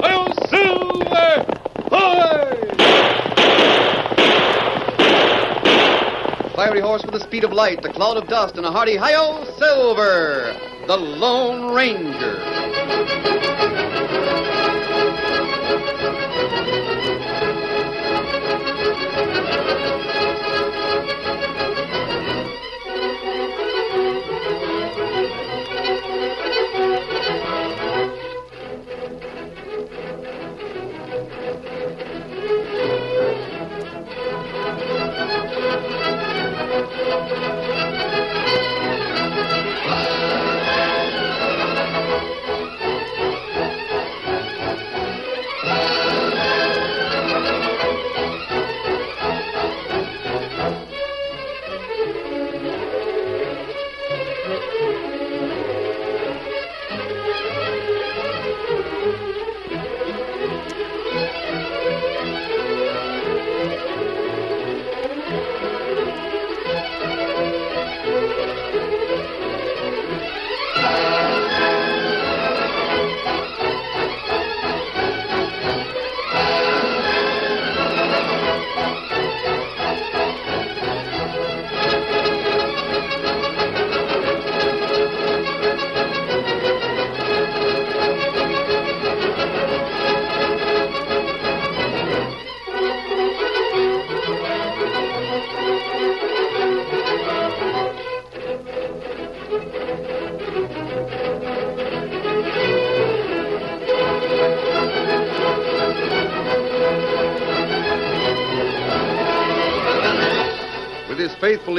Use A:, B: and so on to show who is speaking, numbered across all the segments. A: Hail Silver! Hoy!
B: Fiery horse with the speed of light, a cloud of dust, and a hearty hi-yo, Silver, the Lone Ranger. With his faithful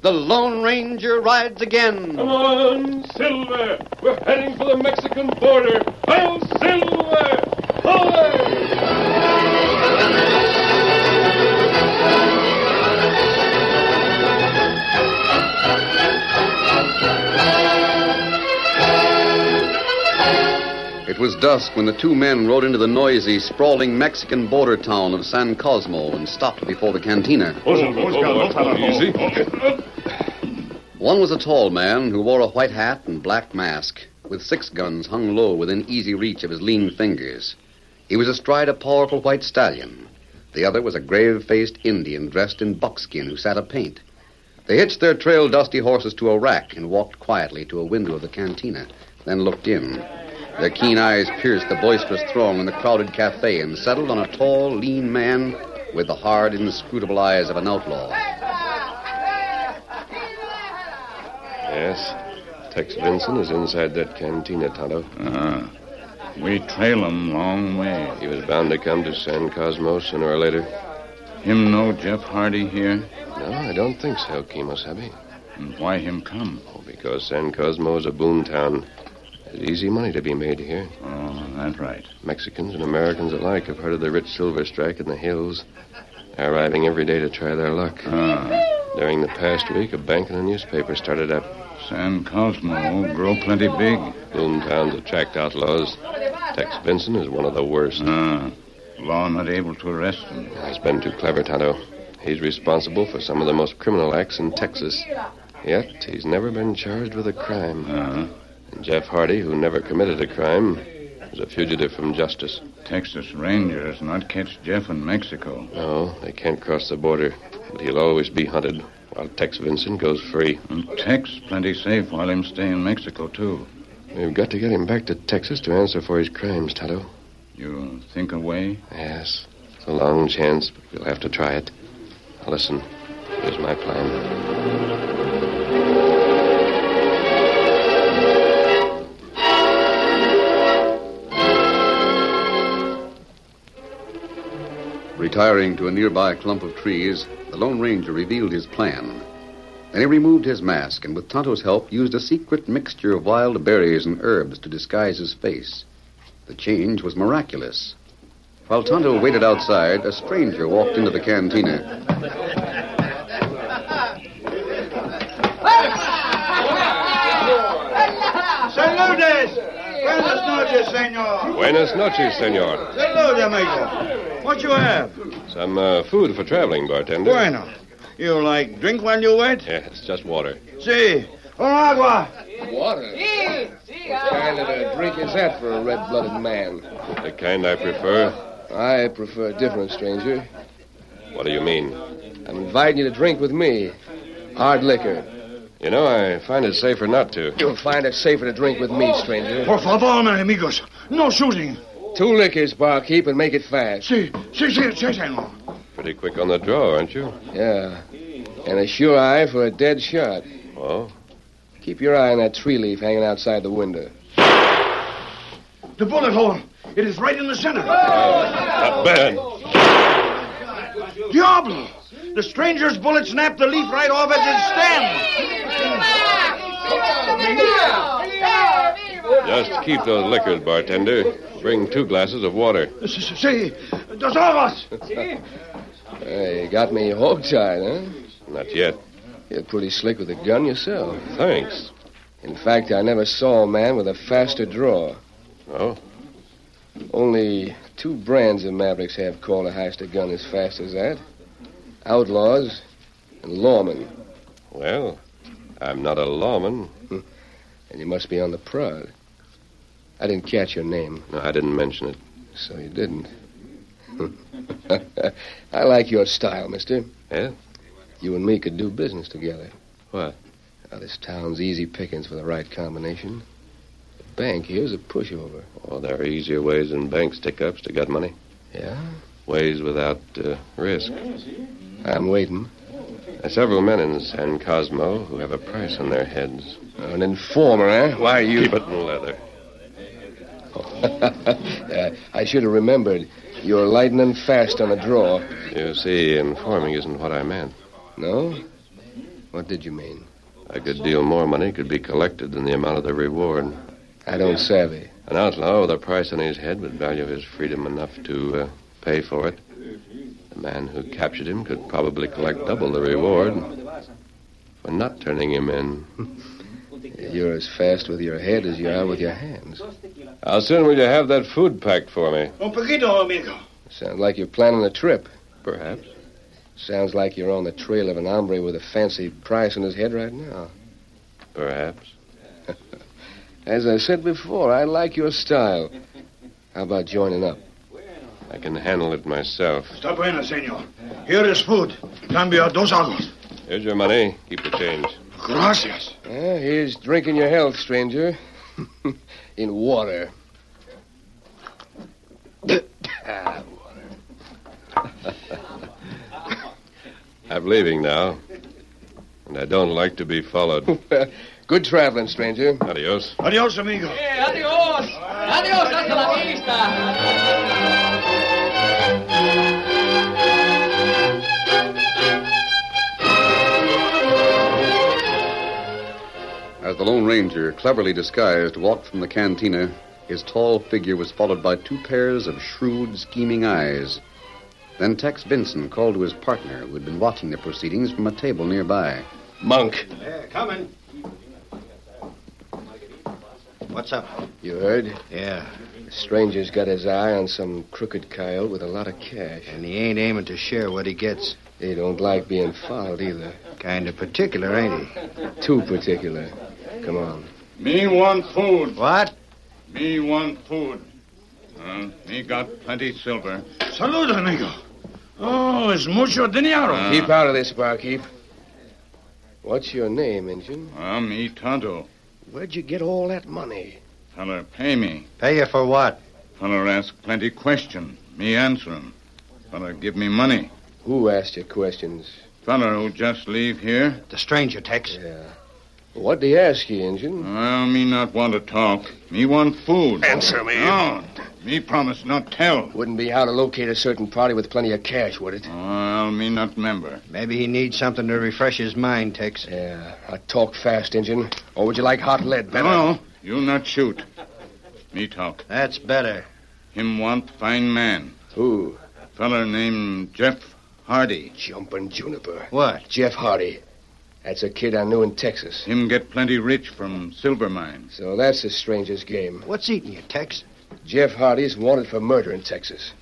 B: The Lone Ranger rides again.
A: Come on, Silver! We're heading for the Mexican border! Hail Silver! Hoy!
B: It was dusk when the two men rode into the noisy, sprawling Mexican border town of San Cosmo and stopped before the cantina.
A: Easy.
B: One was a tall man who wore a white hat and black mask, with six guns hung low within easy reach of his lean fingers. He was astride a powerful white stallion. The other was a grave faced Indian dressed in buckskin who sat a paint. They hitched their trail dusty horses to a rack and walked quietly to a window of the cantina, then looked in. Their keen eyes pierced the boisterous throng in the crowded cafe and settled on a tall, lean man with the hard, inscrutable eyes of an outlaw.
C: Yes. Tex Vinson is inside that cantina, Tonto.
D: Uh, we trail 'em long way.
C: He was bound to come to San Cosmo sooner or later.
D: Him know Jeff Hardy here,
C: No, I don't think so, Kemosabe.
D: and why him come?
C: Oh, because San Cosmo is a boom town. There's easy money to be made here.
D: Oh, that's right.
C: Mexicans and Americans alike have heard of the rich silver strike in the hills. They're arriving every day to try their luck.
D: Uh,
C: During the past week, a bank and a newspaper started up.
D: San Cosmo grow plenty big.
C: Boom towns attract outlaws. Tex Vinson is one of the worst.
D: Uh, law not able to arrest him.
C: He's been too clever, Tonto. He's responsible for some of the most criminal acts in Texas. Yet he's never been charged with a crime.
D: Uh,
C: And Jeff Hardy, who never committed a crime, is a fugitive from justice.
D: Texas Rangers not catch Jeff in Mexico.
C: No, they can't cross the border, but he'll always be hunted while Tex Vincent goes free.
D: And Tex plenty safe while him stay in Mexico, too.
C: We've got to get him back to Texas to answer for his crimes, Tonto.
D: You think away?
C: Yes, it's a long chance, but we'll have to try it. Now listen, here's my plan.
B: Retiring to a nearby clump of trees, the Lone Ranger revealed his plan. Then he removed his mask and, with Tonto's help, used a secret mixture of wild berries and herbs to disguise his face. The change was miraculous. While Tonto waited outside, a stranger walked into the cantina.
E: Saludes! Buenas noches, senor.
C: Buenas noches, senor.
E: Salud, amigo. What you have?
C: Some uh, food for traveling, bartender.
E: Bueno. You like drink while you wait?
C: Yeah, it's just water.
E: Si. Un agua.
F: Water? What kind of a drink is that for a red blooded man?
C: The kind I prefer.
F: I prefer different, stranger.
C: What do you mean?
F: I'm inviting you to drink with me. Hard liquor.
C: You know, I find it safer not to.
F: You'll find it safer to drink with me, stranger.
E: Por favor, my amigos. No shooting.
F: Two liquors, barkeep, and make it fast.
E: Si. Si, si, si, senor.
C: Pretty quick on the draw, aren't you?
F: Yeah. Uh, And a sure eye for a dead shot.
C: Oh,
F: Keep your eye on that tree leaf hanging outside the window.
E: The bullet hole. It is right in the center.
C: not bad.
E: Diablo! The stranger's bullet snapped the leaf right off as it stands.
C: Just keep those liquors, bartender. Bring two glasses of water.
E: Si, Si. Dos aguas.
F: Hey, you got me hog-tied, huh?
C: Not yet.
F: You're pretty slick with a gun yourself.
C: Thanks.
F: In fact, I never saw a man with a faster draw.
C: Oh,
F: Only two brands of Mavericks have called a heist a gun as fast as that Outlaws and Lawmen.
C: well, I'm not a lawman.
F: Hmm. And you must be on the prod. I didn't catch your name,
C: No, I didn't mention it.
F: so you didn't. I like your style, mister.
C: Yeah?
F: You and me could do business together.
C: What?
F: Now, this town's easy pickings for the right combination. The bank here's a pushover.
C: Oh, there are easier ways than bank stick-ups to get money.
F: Yeah?
C: Ways without uh, risk.
F: I'm waiting.
C: There are several men in San Cosmo who have a price on their heads.
F: An informer, eh? Why you?
C: Keep it in leather.
F: Uh, I should have remembered. You're lightning fast on a draw.
C: You see, informing isn't what I meant.
F: No? What did you mean?
C: A good deal more money could be collected than the amount of the reward.
F: I don't savvy.
C: An outlaw with a price on his head would value his freedom enough to uh, pay for it. The man who captured him could probably collect double the reward for not turning him in.
F: You're as fast with your head as you are with your hands.
C: How soon will you have that food packed for me?
E: Un poquito, amigo.
F: Sounds like you're planning a trip.
C: Perhaps.
F: Sounds like you're on the trail of an hombre with a fancy price on his head right now.
C: Perhaps.
F: As I said before, I like your style. How about joining up?
C: I can handle it myself.
E: Está bueno, senor. Here is food. Cambio dos aguas.
C: Here's your money. Keep the change.
E: Gracias.
F: Eh, here's drinking your health, stranger. In water.
C: I'm leaving now. And I don't like to be followed.
F: Good traveling, stranger.
C: Adios.
E: Adios, amigo.
G: Adiós. Adiós, hasta la vista.
B: As the Lone Ranger, cleverly disguised, walked from the cantina, his tall figure was followed by two pairs of shrewd, scheming eyes. Then Tex Benson called to his partner, who had been watching the proceedings from a table nearby.
F: Monk.
E: coming. What's up?
F: You heard?
H: Yeah,
F: The stranger's got his eye on some crooked coyote with a lot of cash.
H: and he ain't aiming to share what he gets.
F: They don't like being followed either.
H: Kind of particular, ain't he?
F: Too particular. Come on.
D: Me want food.
H: What?
D: Me want food. Uh, me got plenty silver.
E: Salud, amigo. Oh, es mucho dinero.
D: Uh,
F: Keep out of this, barkeep. What's your name, Injun?
D: Uh, me Tonto.
F: Where'd you get all that money?
D: Feller pay me.
H: Pay you for what?
D: Feller ask plenty question. Me answer him. Feller give me money.
F: Who asked you questions?
D: Feller who just leave here.
H: The stranger, Tex.
F: Yeah. What do you ask you, Injun?
D: Well, me not want to talk. Me want food.
F: Answer me.
D: No. Me promise not tell.
F: Wouldn't be how to locate a certain party with plenty of cash, would it?
D: Well, me not member.
H: Maybe he needs something to refresh his mind, Tex.
F: Yeah, I talk fast, Injun. Or would you like hot lead better?
D: No, you not shoot. Me talk.
H: That's better.
D: Him want fine man.
F: Who?
D: Feller named Jeff Hardy.
F: Jumpin' Juniper.
H: What?
F: Jeff Hardy. That's a kid I knew in Texas.
D: Him get plenty rich from silver mines.
F: So that's the stranger's game.
H: What's eating you, Tex?
F: Jeff Hardy's wanted for murder in Texas.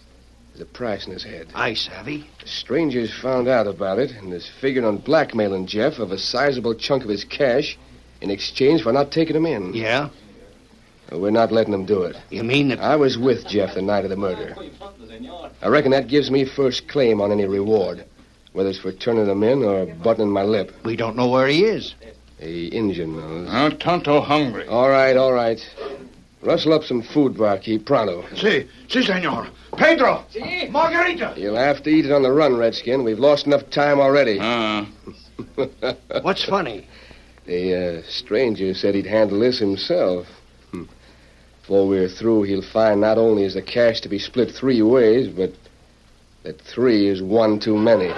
F: There's a price in his head.
H: I savvy.
F: The stranger's found out about it and is figured on blackmailing Jeff of a sizable chunk of his cash in exchange for not taking him in.
H: Yeah?
F: We're not letting him do it.
H: You mean that.
F: I was with Jeff the night of the murder. I reckon that gives me first claim on any reward, whether it's for turning them in or buttoning my lip.
H: we don't know where he is.
F: The Injun knows.
D: Now, Tonto hungry.
F: All right, all right. Rustle up some food, barkeep, pronto.
E: Si, si, senor. Pedro! Margarita!
F: You'll have to eat it on the run, Redskin. We've lost enough time already.
D: Ah,
H: What's funny?
F: The uh, stranger said he'd handle this himself. Hmm. Before we're through, he'll find not only is the cash to be split three ways, but that three is one too many.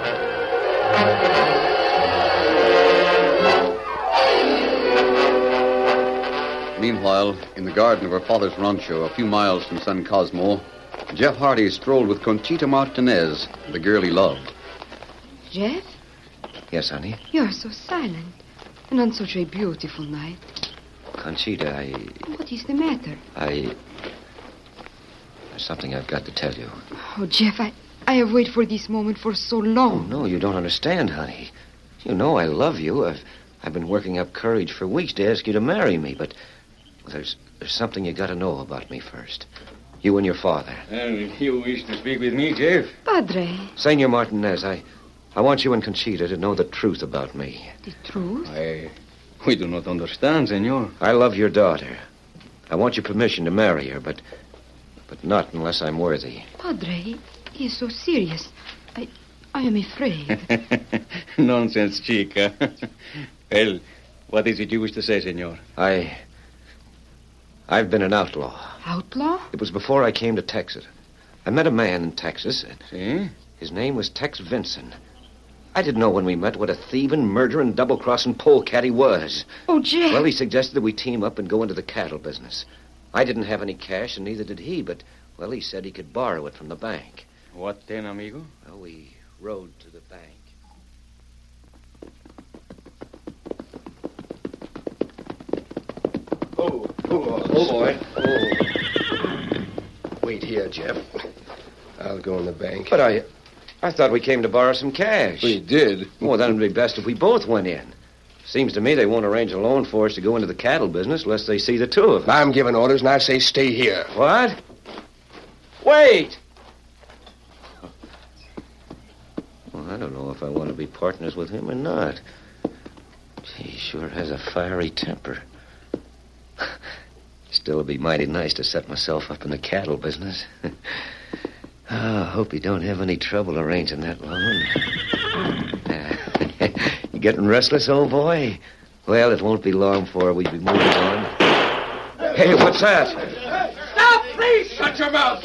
B: Meanwhile, in the garden of her father's rancho, a few miles from San Cosmo, Jeff Hardy strolled with Conchita Martinez, the girl he loved.
I: Jeff,
H: Yes, honey.
I: you're so silent. And on such a beautiful night.
H: Conchita, I.
I: What is the matter?
H: I. There's something I've got to tell you.
I: Oh, Jeff, I, I have waited for this moment for so long.
H: No, you don't understand, honey. You know I love you. I've I've been working up courage for weeks to ask you to marry me, but there's there's something you got to know about me first. You and your father,
G: you wish to speak with me, Jeff?
I: Padre,
H: Senor Martinez. I I want you and Conchita to know the truth about me.
I: the truth?
G: I... We do not understand, senor.
H: I love your daughter. I want your permission to marry her, but but not unless I'm worthy.
I: Padre, he is so serious. I, I am afraid.
G: Nonsense, chica. well, what is it you wish to say, senor?
H: I I've been an outlaw.
I: Outlaw?
H: It was before I came to Texas. I met a man in Texas. and
G: See?
H: His name was Tex Vinson. I didn't know when we met what a thieving, murdering, double crossing polecat he was.
I: Oh, Jeff.
H: Well, he suggested that we team up and go into the cattle business. I didn't have any cash, and neither did he, but, well, he said he could borrow it from the bank.
G: What then, amigo?
H: Well, we rode to the bank.
F: Oh, oh, oh boy. Oh. Wait here, Jeff. I'll go in the bank.
H: But I. I thought we came to borrow some cash.
F: We did.
H: Well, then it'd be best if we both went in. Seems to me they won't arrange a loan for us to go into the cattle business unless they see the two of us.
F: I'm giving orders, and I say stay here.
H: What? Wait! Well, I don't know if I want to be partners with him or not. Gee, He sure has a fiery temper. Still, it'd be mighty nice to set myself up in the cattle business. Ah, hope he don't have any trouble arranging that loan. you getting restless, old boy? Well, it won't be long before we be moving on. Hey, what's that?
G: Stop, please! Shut your mouth!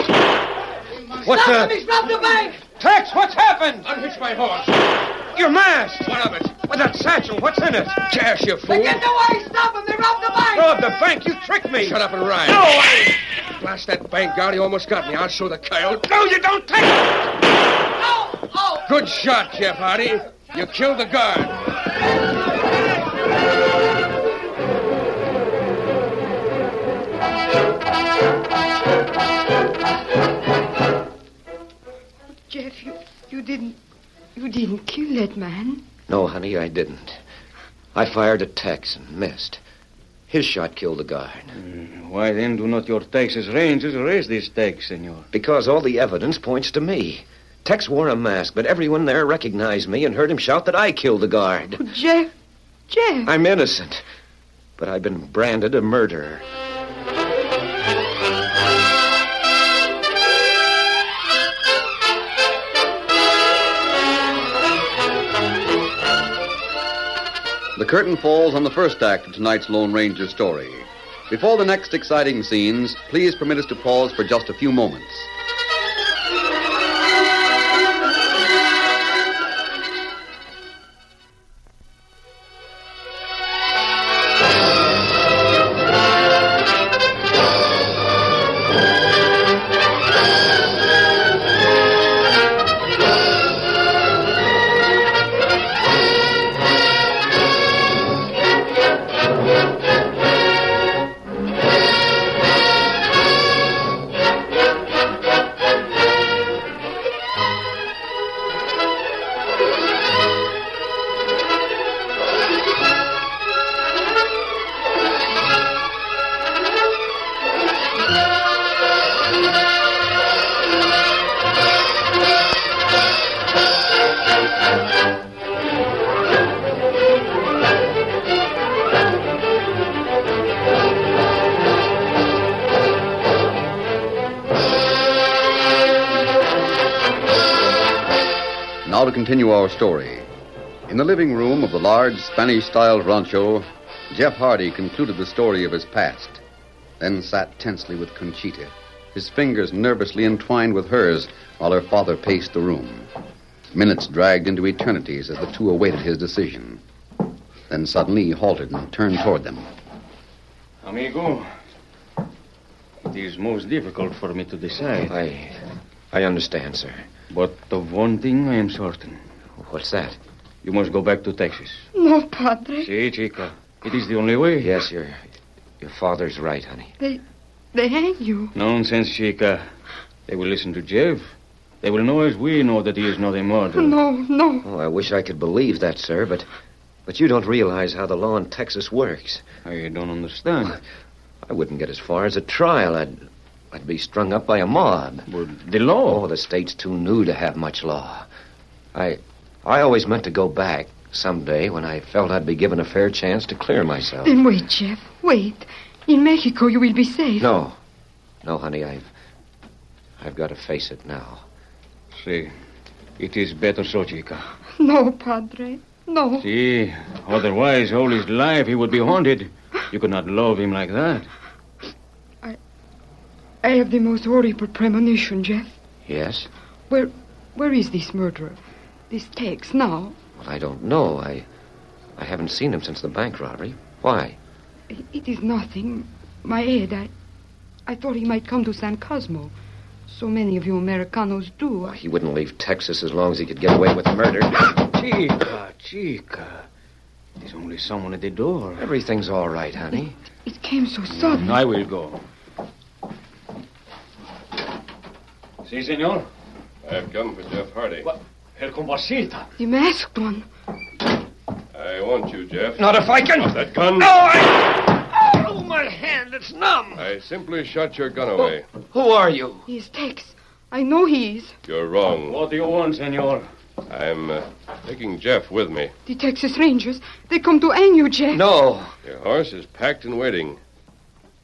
H: What's that?
G: Stop the bank!
H: Tex, what's happened?
G: Unhitch my horse!
H: Your mask!
G: What of it?
H: With that satchel, what's in it?
F: Cash, you fool.
G: away! Stop them! They robbed the bank!
H: Rob, the bank, you tricked me!
F: Shut up and ride.
H: No, I...
F: Blast that bank guard. He almost got me. I'll show the coyote.
H: No, you don't take it!
G: Oh! Oh!
F: Good shot, Jeff Hardy. You killed the guard.
I: Jeff, you, you didn't. You didn't kill that man.
H: No, honey, I didn't. I fired at Tex and missed. His shot killed the guard.
G: Mm, Why then do not your Texas Rangers arrest this Tex, senor?
H: Because all the evidence points to me. Tex wore a mask, but everyone there recognized me and heard him shout that I killed the guard.
I: Oh, Jeff. Jeff.
H: I'm innocent, but I've been branded a murderer.
B: The curtain falls on the first act of tonight's Lone Ranger story. Before the next exciting scenes, please permit us to pause for just a few moments. Now to continue our story. In the living room of the large Spanish style rancho, Jeff Hardy concluded the story of his past, then sat tensely with Conchita, his fingers nervously entwined with hers while her father paced the room. Minutes dragged into eternities as the two awaited his decision. Then suddenly he halted and turned toward them.
G: Amigo, it is most difficult for me to decide.
H: I, I understand, sir.
G: But of one thing I am certain.
H: What's that?
G: You must go back to Texas.
I: No, Padre.
G: See, Chica, it is the only way.
H: Yes, your, your father's right, honey.
I: They, they hang you.
G: Nonsense, Chica. They will listen to Jeff. They will know as we know that he is not a murderer.
I: No, no.
H: Oh, I wish I could believe that, sir, but, but you don't realize how the law in Texas works.
G: I don't understand.
H: I wouldn't get as far as a trial. I'd, I'd be strung up by a mob.
G: But the law.
H: Oh, the state's too new to have much law. I, I always meant to go back someday when I felt I'd be given a fair chance to clear myself.
I: Then wait, Jeff. Wait. In Mexico, you will be safe.
H: No, no, honey, I've, I've got to face it now.
G: See, it is better so, Chica.
I: No, Padre. No.
G: See, otherwise, all his life he would be haunted. You could not love him like that.
I: I have the most horrible premonition, Jeff.
H: Yes.
I: Where, where is this murderer? This Tex now.
H: Well, I don't know. I, I haven't seen him since the bank robbery. Why?
I: I- It is nothing. My head. I, I thought he might come to San Cosmo. So many of you Americanos do. I,
H: He wouldn't leave Texas as long as he could get away with murder.
G: Chica, Chica. There's only someone at the door.
H: Everything's all right, honey.
I: it came so sudden.
G: I will go. Si, senor.
C: I have come for Jeff Hardy.
G: El compasita.
I: The masked one.
C: I want you, Jeff.
G: Not if I can.
C: That gun.
G: I... Oh, my hand, it's numb.
C: I simply shot your gun away.
G: Who are you?
I: He is Tex. I know he is.
C: You're wrong.
G: What do you want, senor?
C: I'm uh, taking Jeff with me.
I: The Texas Rangers. They come to hang you,
G: Eh?
I: Jeff.
H: No,
C: Your horse is packed and waiting.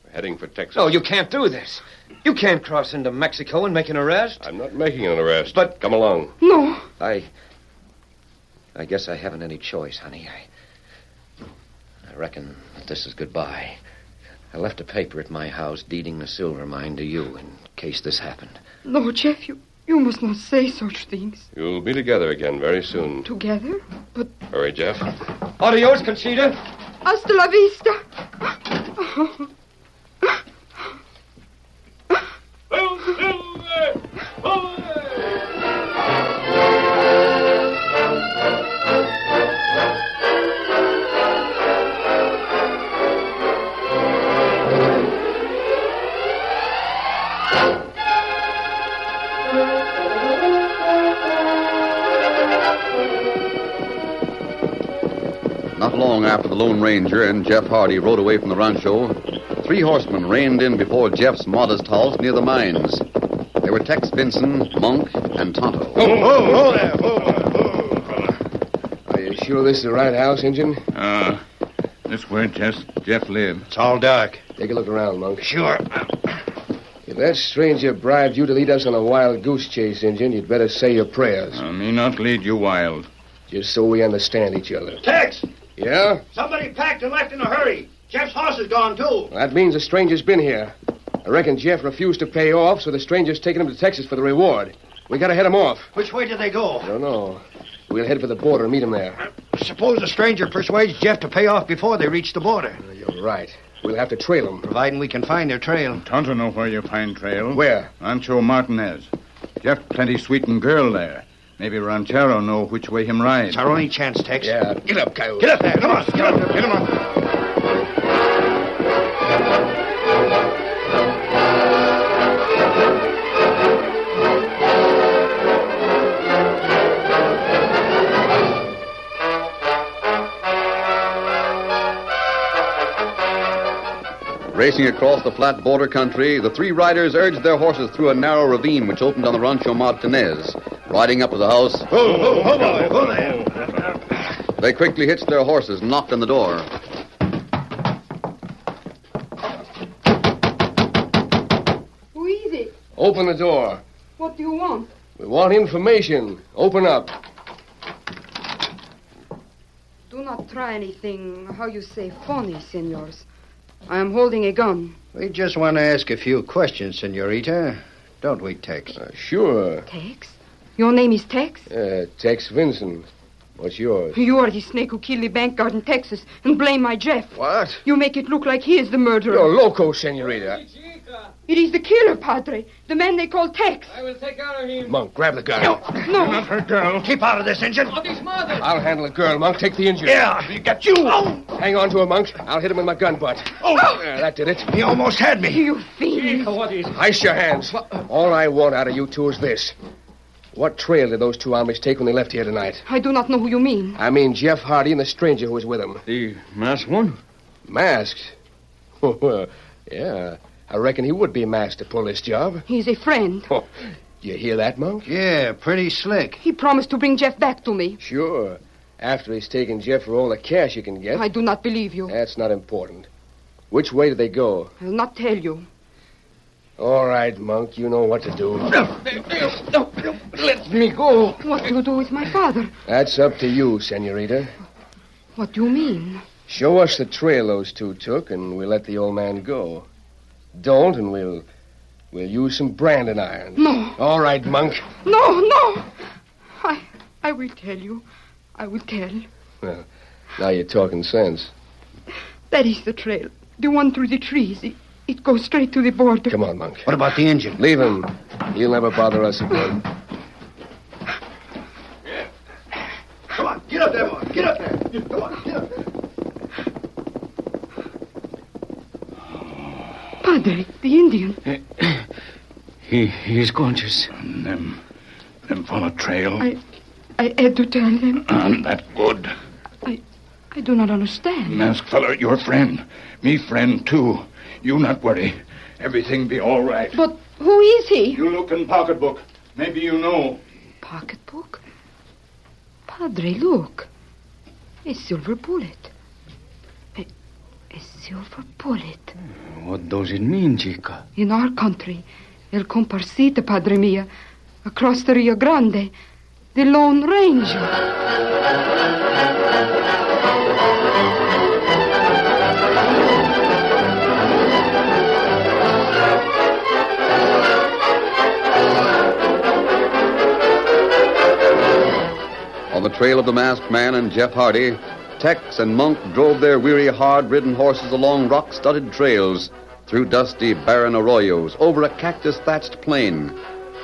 C: We're heading for Texas.
H: no, you can't do this. You can't cross into Mexico and make an arrest.
C: I'm not making an arrest.
H: But-
C: come along.
I: No.
H: I. I guess I haven't any choice, honey. I. I reckon that this is goodbye. I left a paper at my house deeding the silver mine to you in case this happened.
I: No, Jeff, you, you must not say such things.
C: You'll be together again very soon.
I: Together? But
C: Hurry, Jeff.
H: Adios, Conchita.
I: hasta la vista.
A: El Silver! Ole!
B: Not long after the Lone Ranger and Jeff Hardy rode away from the rancho, three horsemen reined in before Jeff's modest house near the mines. They were Tex Vinson, Monk, and Tonto.
D: Oh, oh, oh, there, oh, oh, fella.
F: Are you sure this is the right house, Injun?
D: Uh, this where Jeff, Jeff lived.
E: It's all dark.
F: Take a look around, Monk.
E: Sure.
F: If that stranger bribed you to lead us on a wild goose chase, Injun, you'd better say your prayers.
D: I may not lead you wild.
F: Just so we understand each other.
E: Tex!
F: Yeah?
E: Somebody packed and left in a hurry. Jeff's horse is gone, too.
F: Well, that means the stranger's been here. I reckon Jeff refused to pay off, so the stranger's taking him to Texas for the reward. We gotta head him off.
E: Which way did they
F: I
E: go?
F: don't know. We'll head for the border and meet him there.
E: Suppose the stranger persuades Jeff to pay off before they reach the border.
F: Uh, You're right. We'll have to trail him.
E: Providing we can find their trail.
D: Tonto know where you find trail.
F: Where?
D: Rancho Martinez. Jeff plenty sweet and girl there. Maybe Ranchero know which way him ride.
E: It's our only chance, Tex.
F: Yeah.
E: Get up, Coyote. Get up there. Come on. Get up there. Get him on.
B: Racing across the flat border country, the three riders urged their horses through a narrow ravine which opened on the Rancho Martinez. Riding up to the house,
H: Oh,
E: Ho, ho, ho, boy. Ho there.
B: they quickly hitched their horses and knocked on the door.
I: Who is it?
F: Open the door.
I: What do you want?
F: We want information. Open up.
I: Do not try anything, how you say, phony, senors. I am holding a gun.
E: We just want to ask a few questions, Senorita. Don't we, Tex?
F: Uh, sure.
I: Tex? Your name is Tex?
F: Uh, Tex Vincent. What's yours?
I: You are the snake who killed the bank guard in Texas and blame my Jeff.
F: What?
I: You make it look like he is the murderer.
F: You're loco, senorita.
I: It is the killer, Padre. The man they call Tex.
H: oh.
F: Monk, grab the gun.
I: No,
D: Her girl.
E: Keep out of this engine.
F: I'll handle the girl, Monk. Take the injured.
E: Yeah, we got you. Oh,
F: Hang on to her, Monk. I'll hit him with my gun butt. There, that did it.
E: he almost had me.
I: you fiend.
F: Ice your hands. All I want out of you two is this. What trail did those two hombres take when they left here tonight?
I: I do not know who you mean.
F: I mean Jeff Hardy and the stranger who was with him.
G: The masked one?
F: Masked? Well, yeah. I reckon he would be masked to pull this job.
I: He is a friend.
F: Oh, you hear that, Monk?
E: Yeah, pretty slick.
I: He promised to bring Jeff back to me.
F: Sure. After he's taken Jeff for all the cash he can get.
I: I do not believe you.
F: That's not important. Which way did they go?
I: I will not tell you.
F: All right, Monk, you know what to do.
E: Let me go.
I: What do you do with my father?
F: That's up to you, senorita.
I: What do you mean?
F: Show us the trail those two took, and we'll let the old man go. Don't, and we'll we'll use some branding irons.
I: No,
F: All right, Monk.
I: no, no. I, I will tell you. I will tell.
F: Now you're talking sense.
I: That is the trail. The one through the trees. It, it goes straight to the border.
F: Come on, Monk.
E: What about the engine?
F: Leave him. He'll never bother us again.
E: Come on, get up there, boy. Get up there. Come on, get up there.
I: Padre, the Indian.
G: He, he's conscious.
D: Them. Them follow trail.
I: I, I had to tell them.
D: And that good.
I: I do not understand.
D: Mask feller, your friend. Me friend, too. You not worry. Everything be all right.
I: But who is he?
D: You look in pocketbook. Maybe you know.
I: Pocketbook? Padre, look. A silver bullet. A, a silver bullet.
G: What does it mean, Chica?
I: In our country, El Comparsita, Padre mia, across the Rio Grande, the Lone Ranger.
B: On the trail of the masked man and Jeff Hardy, Tex and Monk drove their weary, hard ridden horses along rock studded trails, through dusty, barren arroyos, over a cactus thatched plain.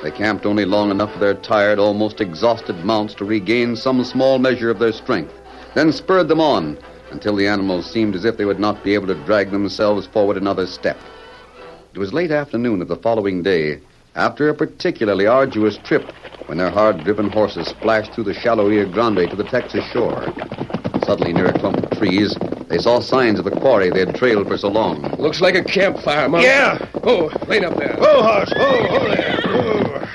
B: They camped only long enough for their tired, almost exhausted mounts to regain some small measure of their strength, then spurred them on until the animals seemed as if they would not be able to drag themselves forward another step. It was late afternoon of the following day, after a particularly arduous trip, when their hard driven horses splashed through the shallow Rio Grande to the Texas shore. Suddenly, near a clump of trees, they saw signs of the quarry they had trailed for so long.
F: Looks like a campfire, Monk.
E: Yeah. Oh,
F: Oh, lean up there.
E: Ho, horse. Ho, ho there. Ho.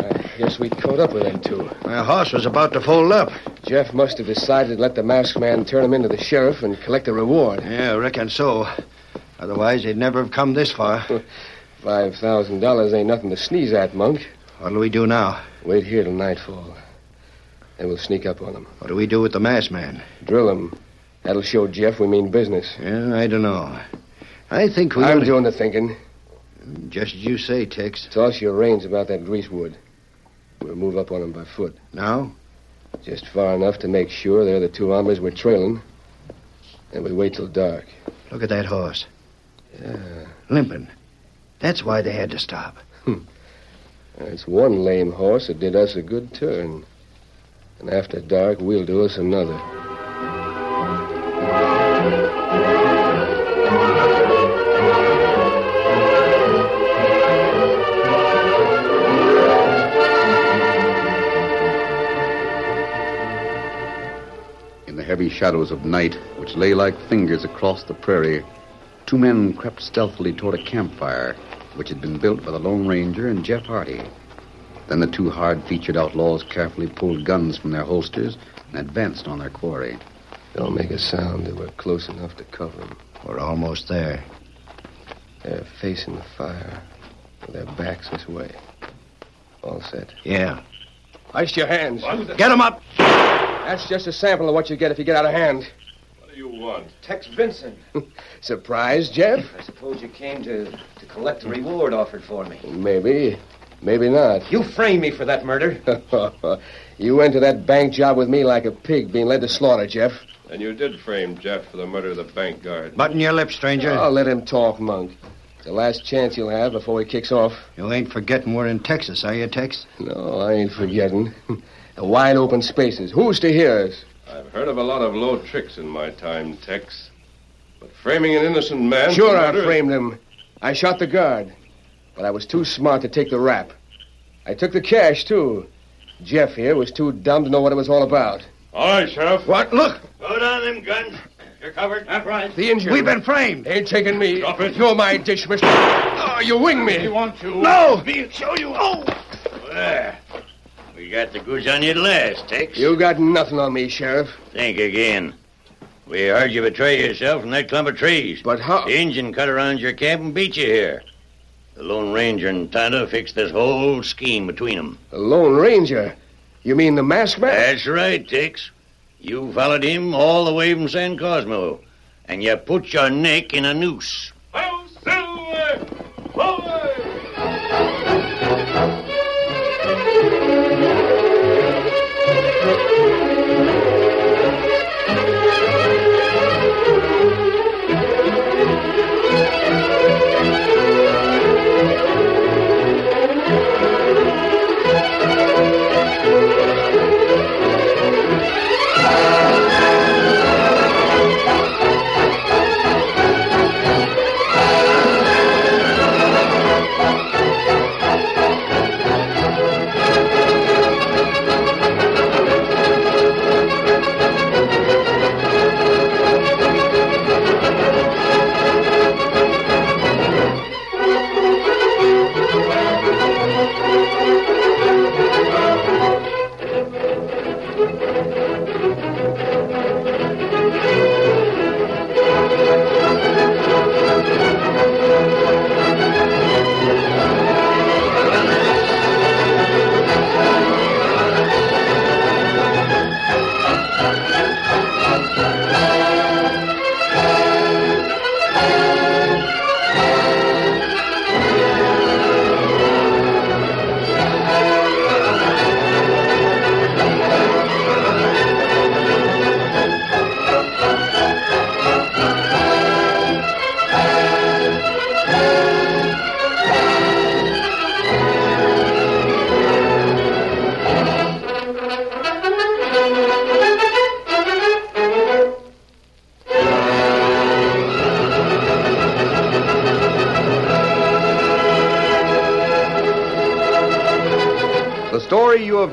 F: I guess we caught up with them two.
E: My horse was about to fold up.
F: Jeff must have decided to let the masked man turn him into the sheriff and collect the reward.
E: Yeah, I reckon so. Otherwise, they'd never have come this far.
F: Five thousand dollars ain't nothing to sneeze at, Monk.
E: What'll we do now?
F: Wait here till nightfall. Then we'll sneak up on him.
E: What do we do with the masked man?
F: Drill him. That'll show Jeff we mean business.
J: Yeah, I don't know. I think we.
F: I'm
J: oughta-
F: doing the thinking.
J: Just as you say, Tex.
F: Toss your reins about that greasewood. We'll move up on them by foot.
J: Now?
F: Just far enough to make sure they're the two hombres we're trailing. Then we wait till dark.
J: Look at that horse.
F: Yeah. Hmm.
J: Limping. That's why they had to stop.
F: It's one lame horse that did us a good turn. And after dark, we'll do us another.
B: In the heavy shadows of night, which lay like fingers across the prairie, two men crept stealthily toward a campfire which had been built by the Lone Ranger and Jeff Hardy. Then the two hard featured outlaws carefully pulled guns from their holsters and advanced on their quarry.
F: Don't make a sound. They were close enough to cover them.
J: We're almost there.
F: They're facing the fire. With their backs this way. All set.
J: Yeah.
F: Ice your hands.
J: Get 'em up!
F: That's just a sample of what you get if you get out of hand.
A: What do you want?
H: Tex Vincent.
F: Surprise, Jeff?
H: I suppose you came to, to collect the reward offered for me.
F: Maybe. Maybe not.
H: You framed me for that murder.
F: you went to that bank job with me like a pig being led to slaughter, Jeff.
C: And you did frame Jeff for the murder of the bank guard.
J: Button your lip, stranger.
F: Oh, let him talk, Monk. It's the last chance you'll have before he kicks off.
J: You ain't forgetting we're in Texas, are you, Tex?
F: No, I ain't forgetting. the wide open spaces. Who's to hear us?
C: I've heard of a lot of low tricks in my time, Tex. But framing an innocent man.
F: sure,
C: for
F: I
C: murder-
F: framed him. I shot the guard. But I was too smart to take the rap. I took the cash, too. Jeff here was too dumb to know what it was all about.
A: All right, Sheriff.
F: What? Look!
A: Load on them guns. You're covered. That's right.
F: The injured.
A: We've
J: been framed.
F: They ain't taking me.
A: Drop it.
F: You're my dish, mister. Oh, you wing me.
A: You want to?
F: No!
A: Me show you. Oh! There. We got the goods on you at last, Tex.
F: You got nothing on me, Sheriff.
K: Think again. We heard you betray yourself in that clump of trees.
F: But how?
K: The Indian cut around your camp and beat you here. The Lone Ranger and Tonto fixed this whole scheme between 'em.
F: The Lone Ranger. You mean the masked man?
K: That's right, Tex. You followed him all the way from San Cosmo, and you put your neck in a noose.
B: The story you have